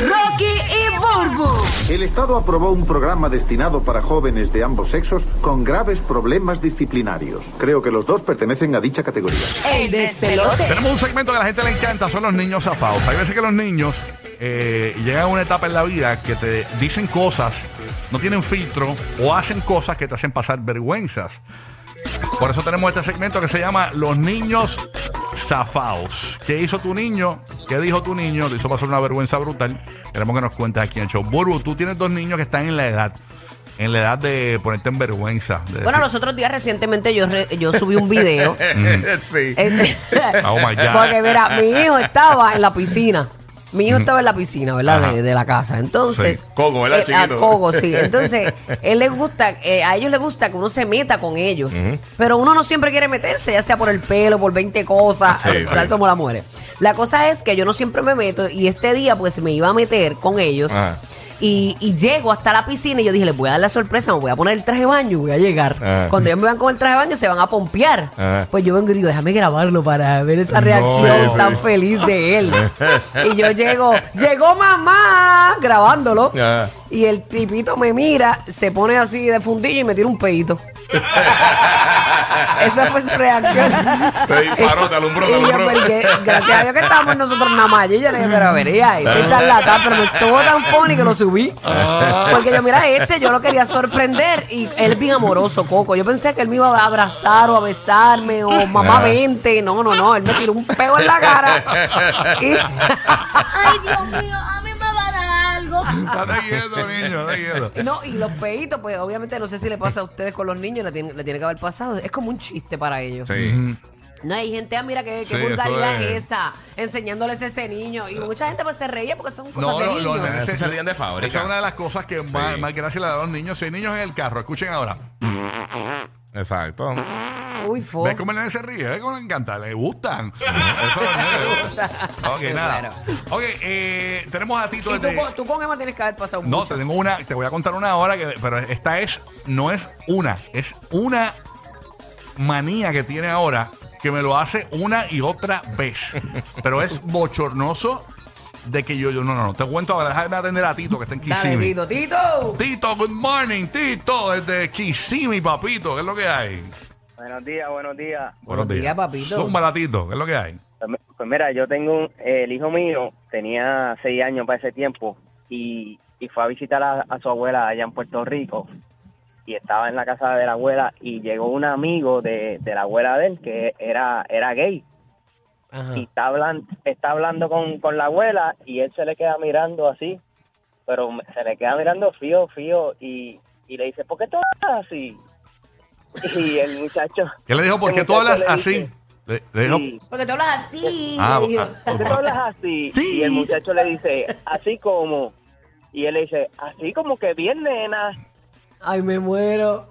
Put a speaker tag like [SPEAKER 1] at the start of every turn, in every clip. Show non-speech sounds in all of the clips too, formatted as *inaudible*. [SPEAKER 1] Rocky y Burbu,
[SPEAKER 2] El Estado aprobó un programa destinado para jóvenes de ambos sexos con graves problemas disciplinarios. Creo que los dos pertenecen a dicha categoría.
[SPEAKER 1] el despelote.
[SPEAKER 3] Tenemos un segmento que a la gente le encanta, son los niños zafados. Hay veces que los niños eh, llegan a una etapa en la vida que te dicen cosas, no tienen filtro o hacen cosas que te hacen pasar vergüenzas. Por eso tenemos este segmento que se llama Los niños zafados. ¿Qué hizo tu niño? ¿Qué dijo tu niño? Le hizo pasar una vergüenza brutal. Queremos que nos cuentes aquí en el show. Buru, tú tienes dos niños que están en la edad. En la edad de ponerte en vergüenza. de
[SPEAKER 4] Bueno,
[SPEAKER 3] decir,
[SPEAKER 4] los otros días recientemente yo, re- yo subí un video.
[SPEAKER 5] sí.
[SPEAKER 4] Eh,
[SPEAKER 3] *laughs* Oh my God.
[SPEAKER 4] *laughs* Porque mira, mi hijo estaba en la piscina. Mi hijo estaba en la piscina, ¿verdad?
[SPEAKER 3] Ajá.
[SPEAKER 4] De, de la casa. Entonces.
[SPEAKER 3] Sí.
[SPEAKER 5] Cogo, ¿verdad,
[SPEAKER 4] eh, a
[SPEAKER 5] chiquito?
[SPEAKER 4] Cogo,
[SPEAKER 5] *laughs*
[SPEAKER 4] sí. Entonces, él les gusta, eh, a ellos les gusta que uno se meta con ellos. Pero uno no siempre quiere meterse, ya sea por el pelo, por 20 cosas.
[SPEAKER 5] Sí,
[SPEAKER 4] Eh, *laughs* o sea,
[SPEAKER 5] sí.
[SPEAKER 4] somos las mujeres. La cosa es que yo no siempre me meto y este día, pues, me iba a meter con ellos.
[SPEAKER 5] Ajá.
[SPEAKER 4] Y, y llego hasta la piscina y yo dije, les voy a dar la sorpresa, me voy a poner el traje de baño y voy a llegar.
[SPEAKER 5] Ajá.
[SPEAKER 4] Cuando ellos me van con el traje de baño se van a pompear.
[SPEAKER 5] Ajá.
[SPEAKER 4] Pues yo vengo y digo, déjame grabarlo para ver esa
[SPEAKER 5] No,
[SPEAKER 4] reacción
[SPEAKER 5] sí,
[SPEAKER 4] tan
[SPEAKER 5] sí.
[SPEAKER 4] feliz de
[SPEAKER 5] *laughs*
[SPEAKER 4] él. y yo llego, llegó mamá grabándolo.
[SPEAKER 5] Ajá.
[SPEAKER 4] Y el tipito me mira, se pone así de fundillo y me tira un
[SPEAKER 5] *laughs*
[SPEAKER 4] peito. Esa fue su reacción.
[SPEAKER 5] Te disparó, te alumbró, te
[SPEAKER 4] Y yo,
[SPEAKER 5] alumbró.
[SPEAKER 4] pero que- gracias a Dios que estábamos nosotros nada más. allí. Y yo le dije, pero a ver, y ahí,
[SPEAKER 5] Ah.
[SPEAKER 4] este charlatán, pero me estuvo tan funny que lo subí.
[SPEAKER 5] Ah.
[SPEAKER 4] Porque yo, mira, este, yo lo quería sorprender. Y él es bien amoroso, Coco. Yo pensé que él me iba a abrazar o a besarme
[SPEAKER 3] *laughs*
[SPEAKER 4] o mamá,
[SPEAKER 5] Ah.
[SPEAKER 4] vente. No, no, no. Él me tiró un peo en
[SPEAKER 3] *laughs*
[SPEAKER 4] la cara. Y- *laughs*
[SPEAKER 1] Ay, Dios mío, a mí me va a dar algo.
[SPEAKER 3] Date quieto, niño, date quieto.
[SPEAKER 4] No, y los peitos, pues obviamente no sé si le pasa a ustedes con los niños, le tiene, le tiene que haber pasado. Es como un chiste para ellos.
[SPEAKER 5] Sí.
[SPEAKER 4] No, hay gente, ah, mira qué, qué
[SPEAKER 3] Sí, eso
[SPEAKER 4] vulgaridad
[SPEAKER 3] es. Eh.
[SPEAKER 4] esa, enseñándoles a ese niño. Y mucha gente pues se reía porque son cosas
[SPEAKER 3] No,
[SPEAKER 4] de
[SPEAKER 3] no, no,
[SPEAKER 4] niños.
[SPEAKER 3] no,
[SPEAKER 5] Eso
[SPEAKER 3] sí, sí.
[SPEAKER 5] salían de fábrica.
[SPEAKER 3] Esa es una de las cosas que más, más gracia le da a los niños. Si hay niños en el carro, escuchen ahora.
[SPEAKER 5] Exacto.
[SPEAKER 4] Uy, fo.
[SPEAKER 3] ¿Ves cómo el nene se ríe? ¿Ves cómo le encanta? Le gustan. *laughs* Eso a los nenes les gusta. Ok,
[SPEAKER 4] Sí,
[SPEAKER 3] nada.
[SPEAKER 4] claro.
[SPEAKER 3] Ok, eh, tenemos a Tito
[SPEAKER 4] Y tú,
[SPEAKER 3] desde...
[SPEAKER 4] con- tú con Emma tienes que haber pasado
[SPEAKER 3] No,
[SPEAKER 4] mucho.
[SPEAKER 3] te tengo una, te voy a contar una ahora, que, pero esta es, no es una, es una manía que tiene ahora que me lo hace una y otra vez. pero es bochornoso de que yo, yo, no, no, no, te cuento ahora, déjame atender a Tito que está en
[SPEAKER 4] Dale,
[SPEAKER 3] Kissimmee.
[SPEAKER 4] Tito, Tito.
[SPEAKER 3] Tito, good morning, Tito, desde Kissimmee, papito, ¿qué es lo que hay?
[SPEAKER 6] Buenos días, buenos días.
[SPEAKER 4] Buenos días, papito.
[SPEAKER 3] Zúmbala, Tito, ¿qué es lo que hay?
[SPEAKER 6] Pues, mi- pues mira, yo tengo un- eh, el hijo mío, tenía seis años para ese tiempo, y, y fue a visitar a, a su abuela allá en Puerto Rico. Y estaba en la casa de la abuela y llegó un amigo de, de la abuela de él que era, era gay.
[SPEAKER 4] Ajá.
[SPEAKER 6] Y está, hablan, está hablando con, con la abuela y él se le queda mirando así, pero me- se le queda mirando frío, frío, y, y le dice, ¿por qué tú hablas así? Y el muchacho...
[SPEAKER 3] ¿Qué le dijo? ¿Por
[SPEAKER 6] el
[SPEAKER 3] qué tú
[SPEAKER 6] muchacho
[SPEAKER 3] hablas
[SPEAKER 6] le
[SPEAKER 3] así?
[SPEAKER 6] dice,
[SPEAKER 3] Le, le dijo...
[SPEAKER 6] "Sí,
[SPEAKER 4] Porque tú hablas así.
[SPEAKER 3] Ah,
[SPEAKER 4] Y yo,
[SPEAKER 3] ah,
[SPEAKER 6] ¿Por qué tú hablas
[SPEAKER 3] *laughs*
[SPEAKER 6] así?
[SPEAKER 3] Sí.
[SPEAKER 6] Y el muchacho le dice, así como. Y él le dice, así como que bien, nena.
[SPEAKER 4] Ay, me muero.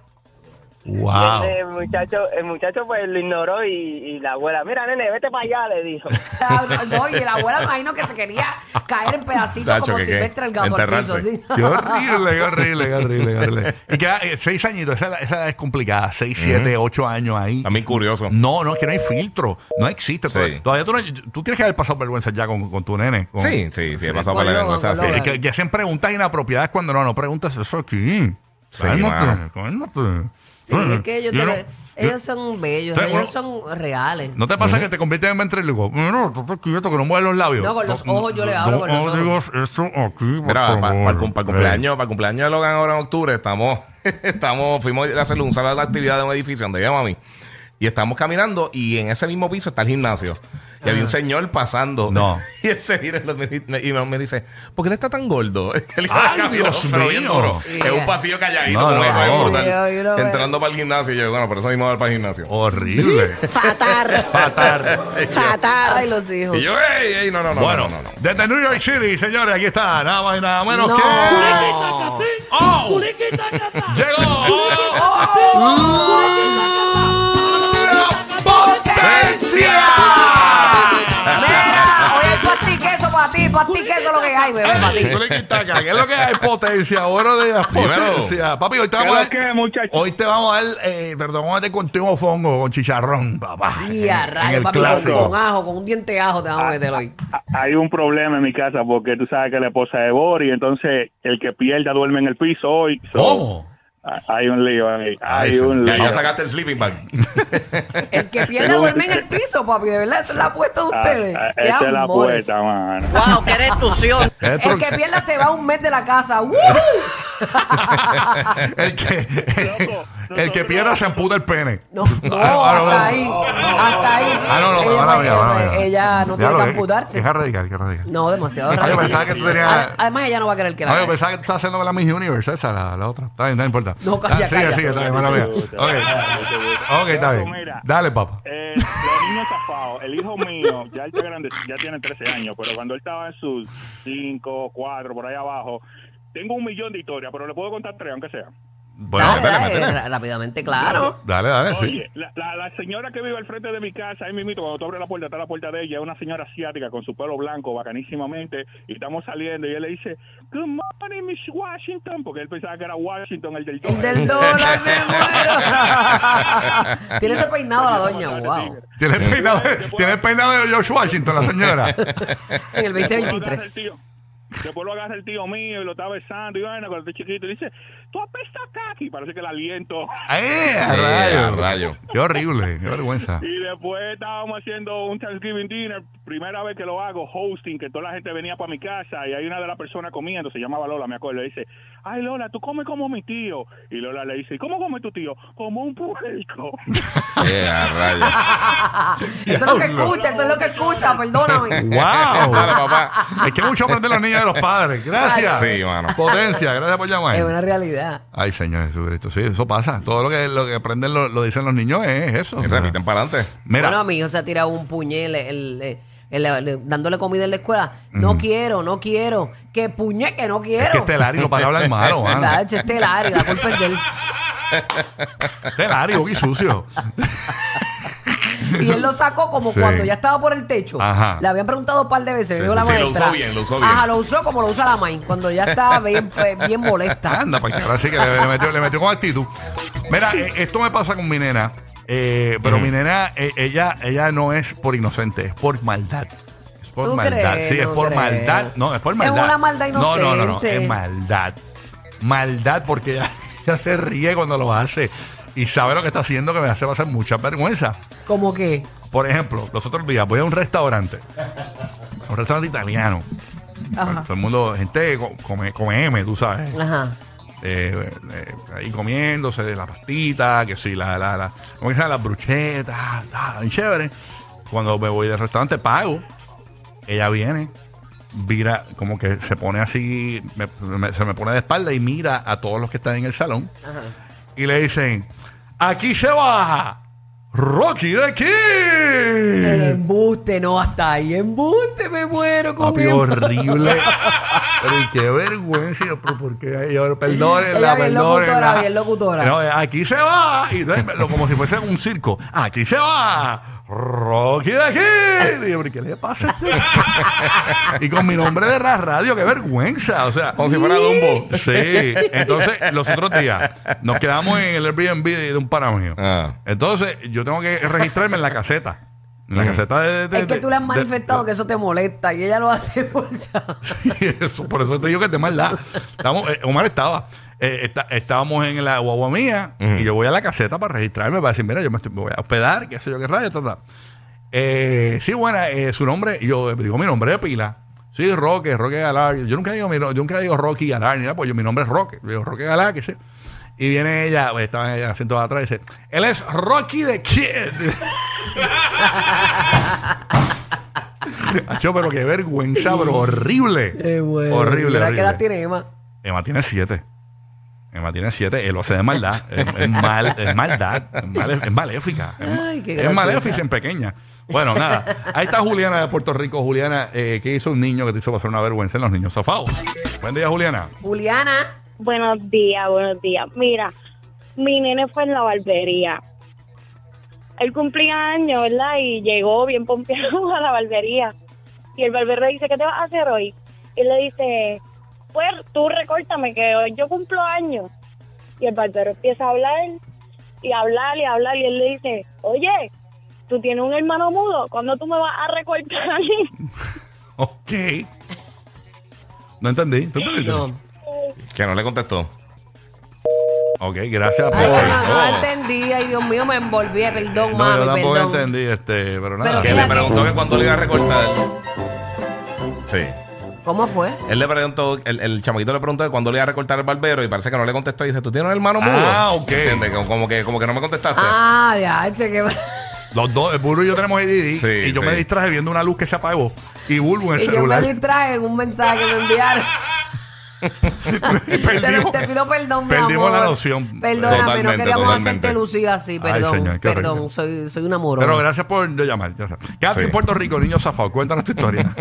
[SPEAKER 3] wow.
[SPEAKER 6] Y el,
[SPEAKER 7] *laughs*
[SPEAKER 6] el este muchacho, el muchacho pues lo ignoró y, y la abuela, mira, nene, vete para allá, le dijo.
[SPEAKER 4] Ah, no, no, y la abuela me imagino que se quería caer en pedacitos
[SPEAKER 5] Tacho,
[SPEAKER 4] como
[SPEAKER 5] que qué,
[SPEAKER 4] Silvestre el gato al piso.
[SPEAKER 5] enterrarse.
[SPEAKER 4] así.
[SPEAKER 3] Qué horrible, qué horrible, qué horrible, qué horrible. Y queda eh, seis añitos, esa, esa edad es complicada. Seis, siete, ocho años ahí.
[SPEAKER 5] También curioso.
[SPEAKER 3] No, no, es que no hay filtro. No existe.
[SPEAKER 5] Sí.
[SPEAKER 3] Tod- Todavía tú, no- tú tienes que haber pasado vergüenza ya con, con tu nene. con-
[SPEAKER 5] Sí, sí, sí, he pasado
[SPEAKER 4] Con
[SPEAKER 5] por la
[SPEAKER 4] logo,
[SPEAKER 5] vergüenza
[SPEAKER 4] con
[SPEAKER 5] así.
[SPEAKER 4] logo.
[SPEAKER 3] Eh, que, que hacen preguntas inapropiadas cuando no, no preguntas eso aquí.
[SPEAKER 5] Sí,
[SPEAKER 3] Cálmate,
[SPEAKER 5] mano.
[SPEAKER 3] cálmate.
[SPEAKER 4] *laughs* Sí, es que ellos,
[SPEAKER 3] Mm, Yo
[SPEAKER 4] te-
[SPEAKER 3] no- yo-
[SPEAKER 4] ellos son bellos,
[SPEAKER 3] Te-
[SPEAKER 4] ellos son reales.
[SPEAKER 3] ¿No te pasa que te conviertes en ventríloco? No, tú estás quieto, que no mueves los labios.
[SPEAKER 4] No, con los ojos yo le hablo, con los
[SPEAKER 3] ojos. esto aquí, por
[SPEAKER 5] Mira, para,
[SPEAKER 3] favor.
[SPEAKER 5] el, cum- para el cumpleaños, para el cumpleaños de Logan ahora en octubre, estamos, *laughs* estamos, fuimos a hacer un salón de actividad de un edificio donde vive mami. Y estamos caminando y en ese mismo piso está el gimnasio. Y
[SPEAKER 4] Ah.
[SPEAKER 5] había un señor pasando.
[SPEAKER 3] No.
[SPEAKER 5] *laughs* Y él se mira y lo- me di- me- y me, me dice, ¿por qué él está tan gordo? *laughs* Él
[SPEAKER 3] ¡Ay,
[SPEAKER 5] caminó,
[SPEAKER 3] Dios
[SPEAKER 5] pero bien
[SPEAKER 3] mío!
[SPEAKER 5] duro.
[SPEAKER 4] Yeah.
[SPEAKER 5] Es un pasillo calladito.
[SPEAKER 3] No,
[SPEAKER 5] como
[SPEAKER 3] no,
[SPEAKER 5] que
[SPEAKER 3] no.
[SPEAKER 5] para votar.
[SPEAKER 4] Yo- yo lo veo.
[SPEAKER 5] Entrando para el gimnasio. Y yo, bueno, pero eso mismo va para el gimnasio.
[SPEAKER 3] Eh,
[SPEAKER 4] *laughs*
[SPEAKER 3] Horrible.
[SPEAKER 8] Fatar.
[SPEAKER 3] Fatal.
[SPEAKER 8] Fatar.
[SPEAKER 4] Ay, los hijos.
[SPEAKER 5] Y yo, ey, ey, no, no, no.
[SPEAKER 3] Bueno,
[SPEAKER 5] no, no, no.
[SPEAKER 3] desde New York City, señores, aquí está, nada más y nada menos
[SPEAKER 4] No.
[SPEAKER 3] que.
[SPEAKER 4] Culiquita,
[SPEAKER 3] ¡Oh! ¡Llegó! *laughs* ¡Potencia!
[SPEAKER 4] Mira, oye, tú a ti queso para ti, para ti queso lo que hay, bebé, para ti.
[SPEAKER 3] Tú le quitas acá, ¿Qué es lo que hay? Potencia, buenos días,
[SPEAKER 5] Dímelo.
[SPEAKER 3] potencia. Papi, hoy te vamos a dar. Hoy te vamos a dar, eh, perdón, vamos a meter contigo fongo con chicharrón, papá.
[SPEAKER 4] Y a
[SPEAKER 3] En
[SPEAKER 4] rayos,
[SPEAKER 3] el
[SPEAKER 4] papi, con,
[SPEAKER 3] clásico.
[SPEAKER 4] con ajo, con un diente de ajo te vamos a meter hoy.
[SPEAKER 7] Ah, Hay un problema en mi casa porque tú sabes que la esposa de Bori, entonces el que pierda duerme en el piso hoy. So,
[SPEAKER 3] ¿Cómo? Ah,
[SPEAKER 7] ah, Hay un lío ahí. Hay
[SPEAKER 3] *laughs*
[SPEAKER 5] Ay,
[SPEAKER 7] un
[SPEAKER 5] ya,
[SPEAKER 7] lío.
[SPEAKER 5] ya sacaste el sleeping bag.
[SPEAKER 4] El que pierda duerme en el piso, papi, de verdad, esa es la apuesta de
[SPEAKER 7] Ah,
[SPEAKER 4] ustedes.
[SPEAKER 7] ah,
[SPEAKER 4] Qué
[SPEAKER 7] Esta es *laughs* la
[SPEAKER 4] amores.
[SPEAKER 7] puerta, mano.
[SPEAKER 8] Wow, qué
[SPEAKER 3] *laughs*
[SPEAKER 8] destrucción.
[SPEAKER 3] Es
[SPEAKER 4] El que
[SPEAKER 3] tru-
[SPEAKER 4] pierda se va un mes de
[SPEAKER 3] *laughs*
[SPEAKER 4] la casa. ¡Woo!
[SPEAKER 3] el que, el que pierda se amputa el pene. *laughs*
[SPEAKER 4] No, no,
[SPEAKER 3] Ah, no, no, no.
[SPEAKER 4] hasta ahí. Hasta ahí.
[SPEAKER 3] Ah, no, no,
[SPEAKER 4] ella,
[SPEAKER 3] mala mía,
[SPEAKER 4] ella-
[SPEAKER 3] mala mía.
[SPEAKER 4] ella no tiene
[SPEAKER 3] Ya
[SPEAKER 4] que
[SPEAKER 3] lo ve.
[SPEAKER 4] amputarse.
[SPEAKER 3] Es radical, es radical.
[SPEAKER 4] No, demasiado
[SPEAKER 3] Ah, yo
[SPEAKER 4] raro.
[SPEAKER 3] pensaba que tú tenías-
[SPEAKER 4] Ad- Además, ella no va a querer que la
[SPEAKER 3] Ah, yo
[SPEAKER 4] hagas.
[SPEAKER 3] pensaba que tú estabas haciendo la Miss Universe, esa, la, la otra. Está bien, no importa.
[SPEAKER 4] No, calla,
[SPEAKER 3] Ah, sigue,
[SPEAKER 4] calla.
[SPEAKER 3] sigue, está bien, mala mía. Ok, Ok, está bien.
[SPEAKER 7] Mira.
[SPEAKER 3] Dale, papá.
[SPEAKER 7] Eh, los niños zafados, el hijo mío, ya él está grande, ya tiene 13 años, pero cuando él estaba en sus 5, 4, por ahí abajo, tengo un millón de historias, pero le puedo contar tres, aunque sea.
[SPEAKER 3] Bueno,
[SPEAKER 4] Dale,
[SPEAKER 3] dale,
[SPEAKER 4] dale, ra- rápidamente, claro.
[SPEAKER 3] dale, dale, sí.
[SPEAKER 7] Oye, la, la- la señora que vive al frente de mi casa, ahí mismito, cuando tú abres la puerta, está la puerta de ella, es una señora asiática con su pelo blanco, bacanísimamente, y estamos saliendo, y él le dice, Good morning, Miss Washington, porque él pensaba que era Washington, el del
[SPEAKER 4] El del dólar,
[SPEAKER 3] *laughs*
[SPEAKER 4] me muero. tiene ese peinado la doña, wow.
[SPEAKER 3] Tiene el peinado, de- tiene el peinado de George Washington, la señora.
[SPEAKER 4] En el *laughs*
[SPEAKER 7] Después lo agarra
[SPEAKER 4] 2023.
[SPEAKER 7] el tío- Después lo agarra el tío mío y lo está besando, y bueno, cuando estoy chiquito, y dice, tú apesta caqui, parece que el aliento...
[SPEAKER 3] ¡Eh, *laughs* a
[SPEAKER 5] Eh,
[SPEAKER 3] rayo!
[SPEAKER 5] a rayo.
[SPEAKER 3] ¡Qué horrible! ¡Qué vergüenza!
[SPEAKER 7] Y después estábamos haciendo un Thanksgiving dinner, primera vez que lo hago, hosting, que toda la gente venía para mi casa y hay una de las personas comiendo, se llamaba Lola, me acuerdo, le dice, ay Lola, tú comes como mi tío. Y Lola le dice, "¿Y ¿cómo come tu tío? Como un puerco.
[SPEAKER 5] Eh,
[SPEAKER 3] *laughs*
[SPEAKER 5] a rayo.
[SPEAKER 4] Eso es lo que escucha, eso es lo que escucha,
[SPEAKER 3] *laughs*
[SPEAKER 4] perdóname.
[SPEAKER 5] Dale,
[SPEAKER 3] ¡Wow!
[SPEAKER 5] papá.
[SPEAKER 3] Es que mucho aprenden los niños de los padres. Gracias.
[SPEAKER 5] Sí, mano.
[SPEAKER 3] Potencia, gracias por llamar.
[SPEAKER 4] Es una realidad.
[SPEAKER 3] Ay, Señor Jesucristo, sí, eso pasa. Todo lo que, lo que aprenden, lo, lo dicen los niños es eso.
[SPEAKER 5] Y repiten para adelante.
[SPEAKER 3] Mira,
[SPEAKER 4] Bueno, mi hijo se ha tirado un puñel el- el- el- el- dándole comida en la escuela. No quiero, no quiero. Que puñe que no quiero.
[SPEAKER 3] es que este Lari no para de hablar *laughs*
[SPEAKER 4] *laughs*
[SPEAKER 3] malo,
[SPEAKER 4] ¿Verdad?
[SPEAKER 3] mano.
[SPEAKER 4] Che, Este Lari, la culpa es de él.
[SPEAKER 3] Este Lari, uy, sucio.
[SPEAKER 4] Y él lo sacó como
[SPEAKER 3] Sí.
[SPEAKER 4] cuando ya estaba por el techo.
[SPEAKER 3] Ajá.
[SPEAKER 4] Le habían preguntado un par de veces. me dijo la
[SPEAKER 5] sí, sí. Sí, lo
[SPEAKER 4] maestra.
[SPEAKER 5] usó bien, lo usó bien.
[SPEAKER 4] Ajá, lo usó como lo usa la main, cuando ya está bien, pues, bien molesta.
[SPEAKER 3] Anda, para ahora sí que le, le metió, le metió con actitud. Mira, eh, esto me pasa con mi nena. eh, pero mi nena, eh, ella, ella no es por inocente, es por maldad. Es por
[SPEAKER 4] ¿Tú
[SPEAKER 3] maldad.
[SPEAKER 4] crees?
[SPEAKER 3] Sí, es
[SPEAKER 4] No
[SPEAKER 3] por
[SPEAKER 4] creo.
[SPEAKER 3] maldad. No, es por
[SPEAKER 4] Es
[SPEAKER 3] maldad.
[SPEAKER 4] una maldad
[SPEAKER 3] No, no, no, no.
[SPEAKER 4] inocente.
[SPEAKER 3] Es maldad. Maldad porque ella, ella se ríe cuando lo hace. Y sabe lo que está haciendo que me hace pasar mucha vergüenza.
[SPEAKER 4] Como que.
[SPEAKER 3] Por ejemplo, los otros días voy a un restaurante, a un restaurante italiano.
[SPEAKER 4] Ajá.
[SPEAKER 3] Todo el mundo, gente co- come, come M, tú sabes.
[SPEAKER 4] Ajá.
[SPEAKER 3] Eh, eh, ahí comiéndose de la pastita, que sí, la, la, la, ¿cómo que se llama? Las bruchetas, ah, bien chévere. Cuando me voy del restaurante, pago. Ella viene, vira, como que se pone así, me- me- se me pone de espalda y mira a todos los que están en el salón. Y le dicen, aquí se baja. Rocky de
[SPEAKER 4] El
[SPEAKER 3] aquí.
[SPEAKER 4] embuste, no, hasta ahí. Embuste, me muero con
[SPEAKER 3] Papi,
[SPEAKER 4] mi embuste. *laughs*
[SPEAKER 3] horrible. Pero y qué vergüenza, yo, pero porque yo, perdónenla,
[SPEAKER 4] Ella bien
[SPEAKER 3] perdónenla.
[SPEAKER 4] locutora, bien locutora.
[SPEAKER 3] No, eh, aquí se va. Y entonces, lo- como si fuese un circo. Aquí se va. Rocky de aquí. Digo, ¿pero ¿qué le pasa? a este? y con mi nombre de la radio, qué vergüenza. O sea,
[SPEAKER 5] Como si fuera Dumbo.
[SPEAKER 3] Sí, entonces los otros días nos quedamos en el Airbnb de, de un pana mío.
[SPEAKER 5] Ah.
[SPEAKER 3] Entonces yo tengo que registrarme en la caseta. En la
[SPEAKER 5] Mm.
[SPEAKER 3] caseta de, de-
[SPEAKER 4] Es que
[SPEAKER 3] de-
[SPEAKER 4] tú le has
[SPEAKER 3] de-
[SPEAKER 4] manifestado que eso te molesta y ella lo hace *laughs* por
[SPEAKER 3] *laughs* y eso, por eso te digo que es de maldad. Estamos, eh, Omar estaba. eh, está- estábamos en la guagua mía
[SPEAKER 5] Ujú.
[SPEAKER 3] y yo voy a la caseta para registrarme, para decir, mira, yo me, estoy- me voy a hospedar, qué sé yo, qué rayo, ta, ta. Eh, sí, bueno, eh, su nombre, y yo digo mi nombre de pila. Sí, Roque, Roque Galá. Yo nunca digo, mi no- yo nunca digo Rocky Galá, ni nada, pues yo, mi nombre es Roque. Yo digo Roque Galá, que sé. Y viene ella, pues, estaba ella sentada atrás y dice, él es Rocky de Kid. *laughs* Acho, pero qué vergüenza, pero horrible.
[SPEAKER 4] Qué bueno.
[SPEAKER 3] Horrible,
[SPEAKER 4] Mira, ¿Qué edad
[SPEAKER 3] horrible.
[SPEAKER 4] tiene Emma?
[SPEAKER 3] Emma tiene siete. Emma tiene siete. Él lo hace de maldad.
[SPEAKER 5] *laughs*
[SPEAKER 3] es, es mal, es maldad. Es, mal- es maléfica. Es, ma-
[SPEAKER 4] Ay, qué
[SPEAKER 3] es
[SPEAKER 4] graciosa.
[SPEAKER 3] maléfica en pequeña. Bueno, nada. Ahí está Juliana de Puerto Rico. Juliana, eh, que hizo un niño que te hizo pasar una vergüenza en los niños zafados. Buen día, Juliana.
[SPEAKER 4] Juliana.
[SPEAKER 1] Buenos días, buenos días. Mira, mi nene fue en la barbería. Él cumplía años, ¿verdad? Y llegó bien pompeado *laughs* a la barbería. Y el barbero le dice, ¿qué te vas a hacer hoy? Y él le dice, pues tú recórtame que hoy yo cumplo años. Y el barbero empieza a hablar y hablar y hablar. Y él le dice, oye, tú tienes un hermano mudo, ¿cuándo tú me vas a recortar?
[SPEAKER 3] Ok. No entendí. ¿Tú entendiste?
[SPEAKER 4] No.
[SPEAKER 5] Que no le contestó.
[SPEAKER 3] Ok, gracias por.
[SPEAKER 4] Ay, no, no,
[SPEAKER 5] Oh.
[SPEAKER 4] entendí. Ay, Dios mío, me envolví. Perdón,
[SPEAKER 3] No,
[SPEAKER 4] mami,
[SPEAKER 3] yo tampoco
[SPEAKER 4] perdón.
[SPEAKER 3] entendí. Este, pero nada.
[SPEAKER 4] Pero
[SPEAKER 5] Que
[SPEAKER 4] Mira
[SPEAKER 5] le
[SPEAKER 4] que-
[SPEAKER 5] preguntó que cuándo le iba a recortar. Sí.
[SPEAKER 4] ¿Cómo fue?
[SPEAKER 5] Él le preguntó, el, el chamaquito le preguntó que cuándo le iba a recortar el barbero y parece que no le contestó. Y dice, ¿tú tienes un hermano mudo?
[SPEAKER 3] Ah, ok.
[SPEAKER 5] ¿Entiendes? Como, como que, como que no me contestaste.
[SPEAKER 4] Ah, ya, che, que... *laughs*
[SPEAKER 3] Los dos, el Burbu y yo tenemos ADD.
[SPEAKER 5] Sí,
[SPEAKER 3] y yo
[SPEAKER 5] sí.
[SPEAKER 3] me distraje viendo una luz que se apagó. Y Burbu en el
[SPEAKER 4] Y yo me
[SPEAKER 3] celular.
[SPEAKER 4] distraje en un mensaje que me enviaron.
[SPEAKER 3] *laughs*
[SPEAKER 4] te,
[SPEAKER 3] Perdimos-
[SPEAKER 4] te pido perdón, mi
[SPEAKER 3] Perdimos
[SPEAKER 4] amor.
[SPEAKER 3] la noción.
[SPEAKER 4] Perdóname, no
[SPEAKER 5] Totalmente,
[SPEAKER 4] queríamos
[SPEAKER 5] totalmente.
[SPEAKER 4] hacerte lucir así, perdón.
[SPEAKER 3] señor, qué horrible.
[SPEAKER 4] perdón, soy, soy una morona.
[SPEAKER 3] Pero gracias por llamar. gracias. Katy
[SPEAKER 5] Sí.
[SPEAKER 3] en Puerto Rico, niño zafado. Cuéntanos tu
[SPEAKER 5] *laughs*
[SPEAKER 3] historia.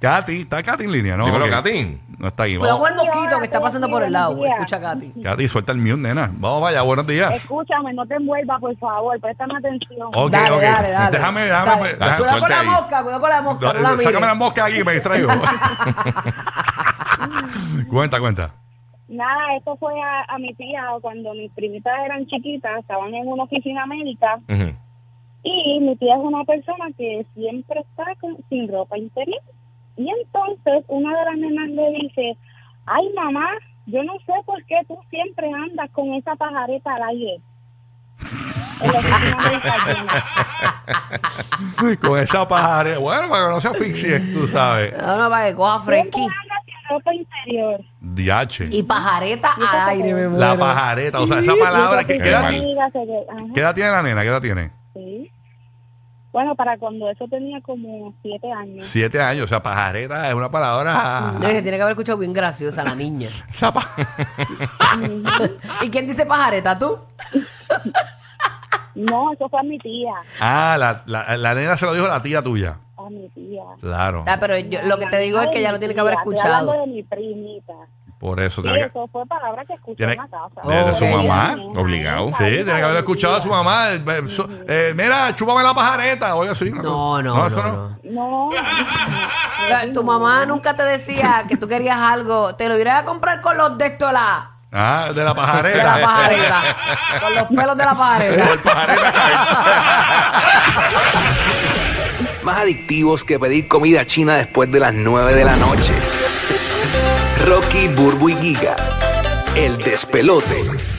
[SPEAKER 3] Katy, ¿está Katy en línea? No,
[SPEAKER 5] Dímelo,
[SPEAKER 3] Ok.
[SPEAKER 5] Katy.
[SPEAKER 3] No está aquí.
[SPEAKER 4] Cuidado
[SPEAKER 3] Vamos.
[SPEAKER 4] con el mosquito que está pasando por el lado. Escucha, Katy.
[SPEAKER 3] Katy, suelta el mute, nena. Vamos vaya, buenos días.
[SPEAKER 1] Escúchame, no te envuelvas, por favor, préstame atención.
[SPEAKER 3] Ok,
[SPEAKER 4] dale,
[SPEAKER 3] ok.
[SPEAKER 4] dale, dale.
[SPEAKER 3] Déjame, déjame.
[SPEAKER 4] Dale.
[SPEAKER 3] pues,
[SPEAKER 5] Dale,
[SPEAKER 3] déjame-
[SPEAKER 4] Cuidado con
[SPEAKER 5] suelta
[SPEAKER 4] la
[SPEAKER 5] ahí.
[SPEAKER 4] mosca, cuidado con la mosca. No, la mires.
[SPEAKER 3] Eh, Sácame la mosca aquí que me
[SPEAKER 4] *laughs*
[SPEAKER 3] distraigo. cuenta, cuenta.
[SPEAKER 1] Nada, esto fue a, a mi tía cuando mis primitas eran chiquitas, estaban en una oficina médica
[SPEAKER 5] Ujú.
[SPEAKER 1] y mi tía es una persona que siempre está con- sin ropa interior. Y entonces una de las nenas le dice, ay mamá, yo no sé por qué tú siempre andas con esa pajareta al aire. En la oficina médica llena.
[SPEAKER 3] Con esa pajarera. Bueno, para que no se asfixie, tú sabes.
[SPEAKER 4] No, no, para que coja
[SPEAKER 1] Siempre
[SPEAKER 4] fresqui.
[SPEAKER 1] andas sin ropa interior.
[SPEAKER 3] Diache.
[SPEAKER 4] Y pajareta al aire, me muero.
[SPEAKER 3] La pajareta. O sea, esa palabra. que
[SPEAKER 1] Y
[SPEAKER 3] ¿qué,
[SPEAKER 1] tus
[SPEAKER 3] edad,
[SPEAKER 5] mal.
[SPEAKER 1] amigas se que- ajá,
[SPEAKER 3] qué edad tiene la nena? ¿Qué edad tiene?
[SPEAKER 1] sí. Bueno, para cuando eso tenía como siete años.
[SPEAKER 3] Siete años. O sea, pajareta es una palabra.
[SPEAKER 4] No, es que tiene que haber escuchado bien graciosa la niña. *laughs*
[SPEAKER 3] Esa pa-
[SPEAKER 4] ¿Y quién dice pajareta? ¿Tú?
[SPEAKER 1] No, eso fue a mi tía,
[SPEAKER 3] *laughs* Ah, la, la, la nena se lo dijo a la tía tuya.
[SPEAKER 1] a mi tía.
[SPEAKER 3] Claro.
[SPEAKER 4] Ah, pero yo- lo que te digo es que ya lo tiene que haber
[SPEAKER 1] Estoy hablando
[SPEAKER 4] escuchado.
[SPEAKER 1] de mi primita.
[SPEAKER 3] Por eso.
[SPEAKER 1] Sí,
[SPEAKER 3] Tiene que,
[SPEAKER 1] eso fue palabra que escuché
[SPEAKER 3] tiene-
[SPEAKER 1] en la casa.
[SPEAKER 3] de- de su
[SPEAKER 4] Ok.
[SPEAKER 3] mamá.
[SPEAKER 5] Obligado.
[SPEAKER 3] Sí, tiene que haber escuchado a su mamá. eh, eh, so- eh, mira, chúpame la pajareta. Oye, sí.
[SPEAKER 4] No, no, no.
[SPEAKER 3] eso
[SPEAKER 4] no.
[SPEAKER 1] No.
[SPEAKER 4] O sea, Tu mamá nunca te decía que tú querías algo. Te lo iré a comprar con los de esto, la-
[SPEAKER 3] Ah, de la
[SPEAKER 4] de
[SPEAKER 3] *laughs*
[SPEAKER 4] la
[SPEAKER 3] pajareta.
[SPEAKER 4] pajareta. Con los pelos de la pajareta.
[SPEAKER 9] Más adictivos que pedir comida china después de las 9 de la noche. Rocky, Burbu y Giga. El despelote.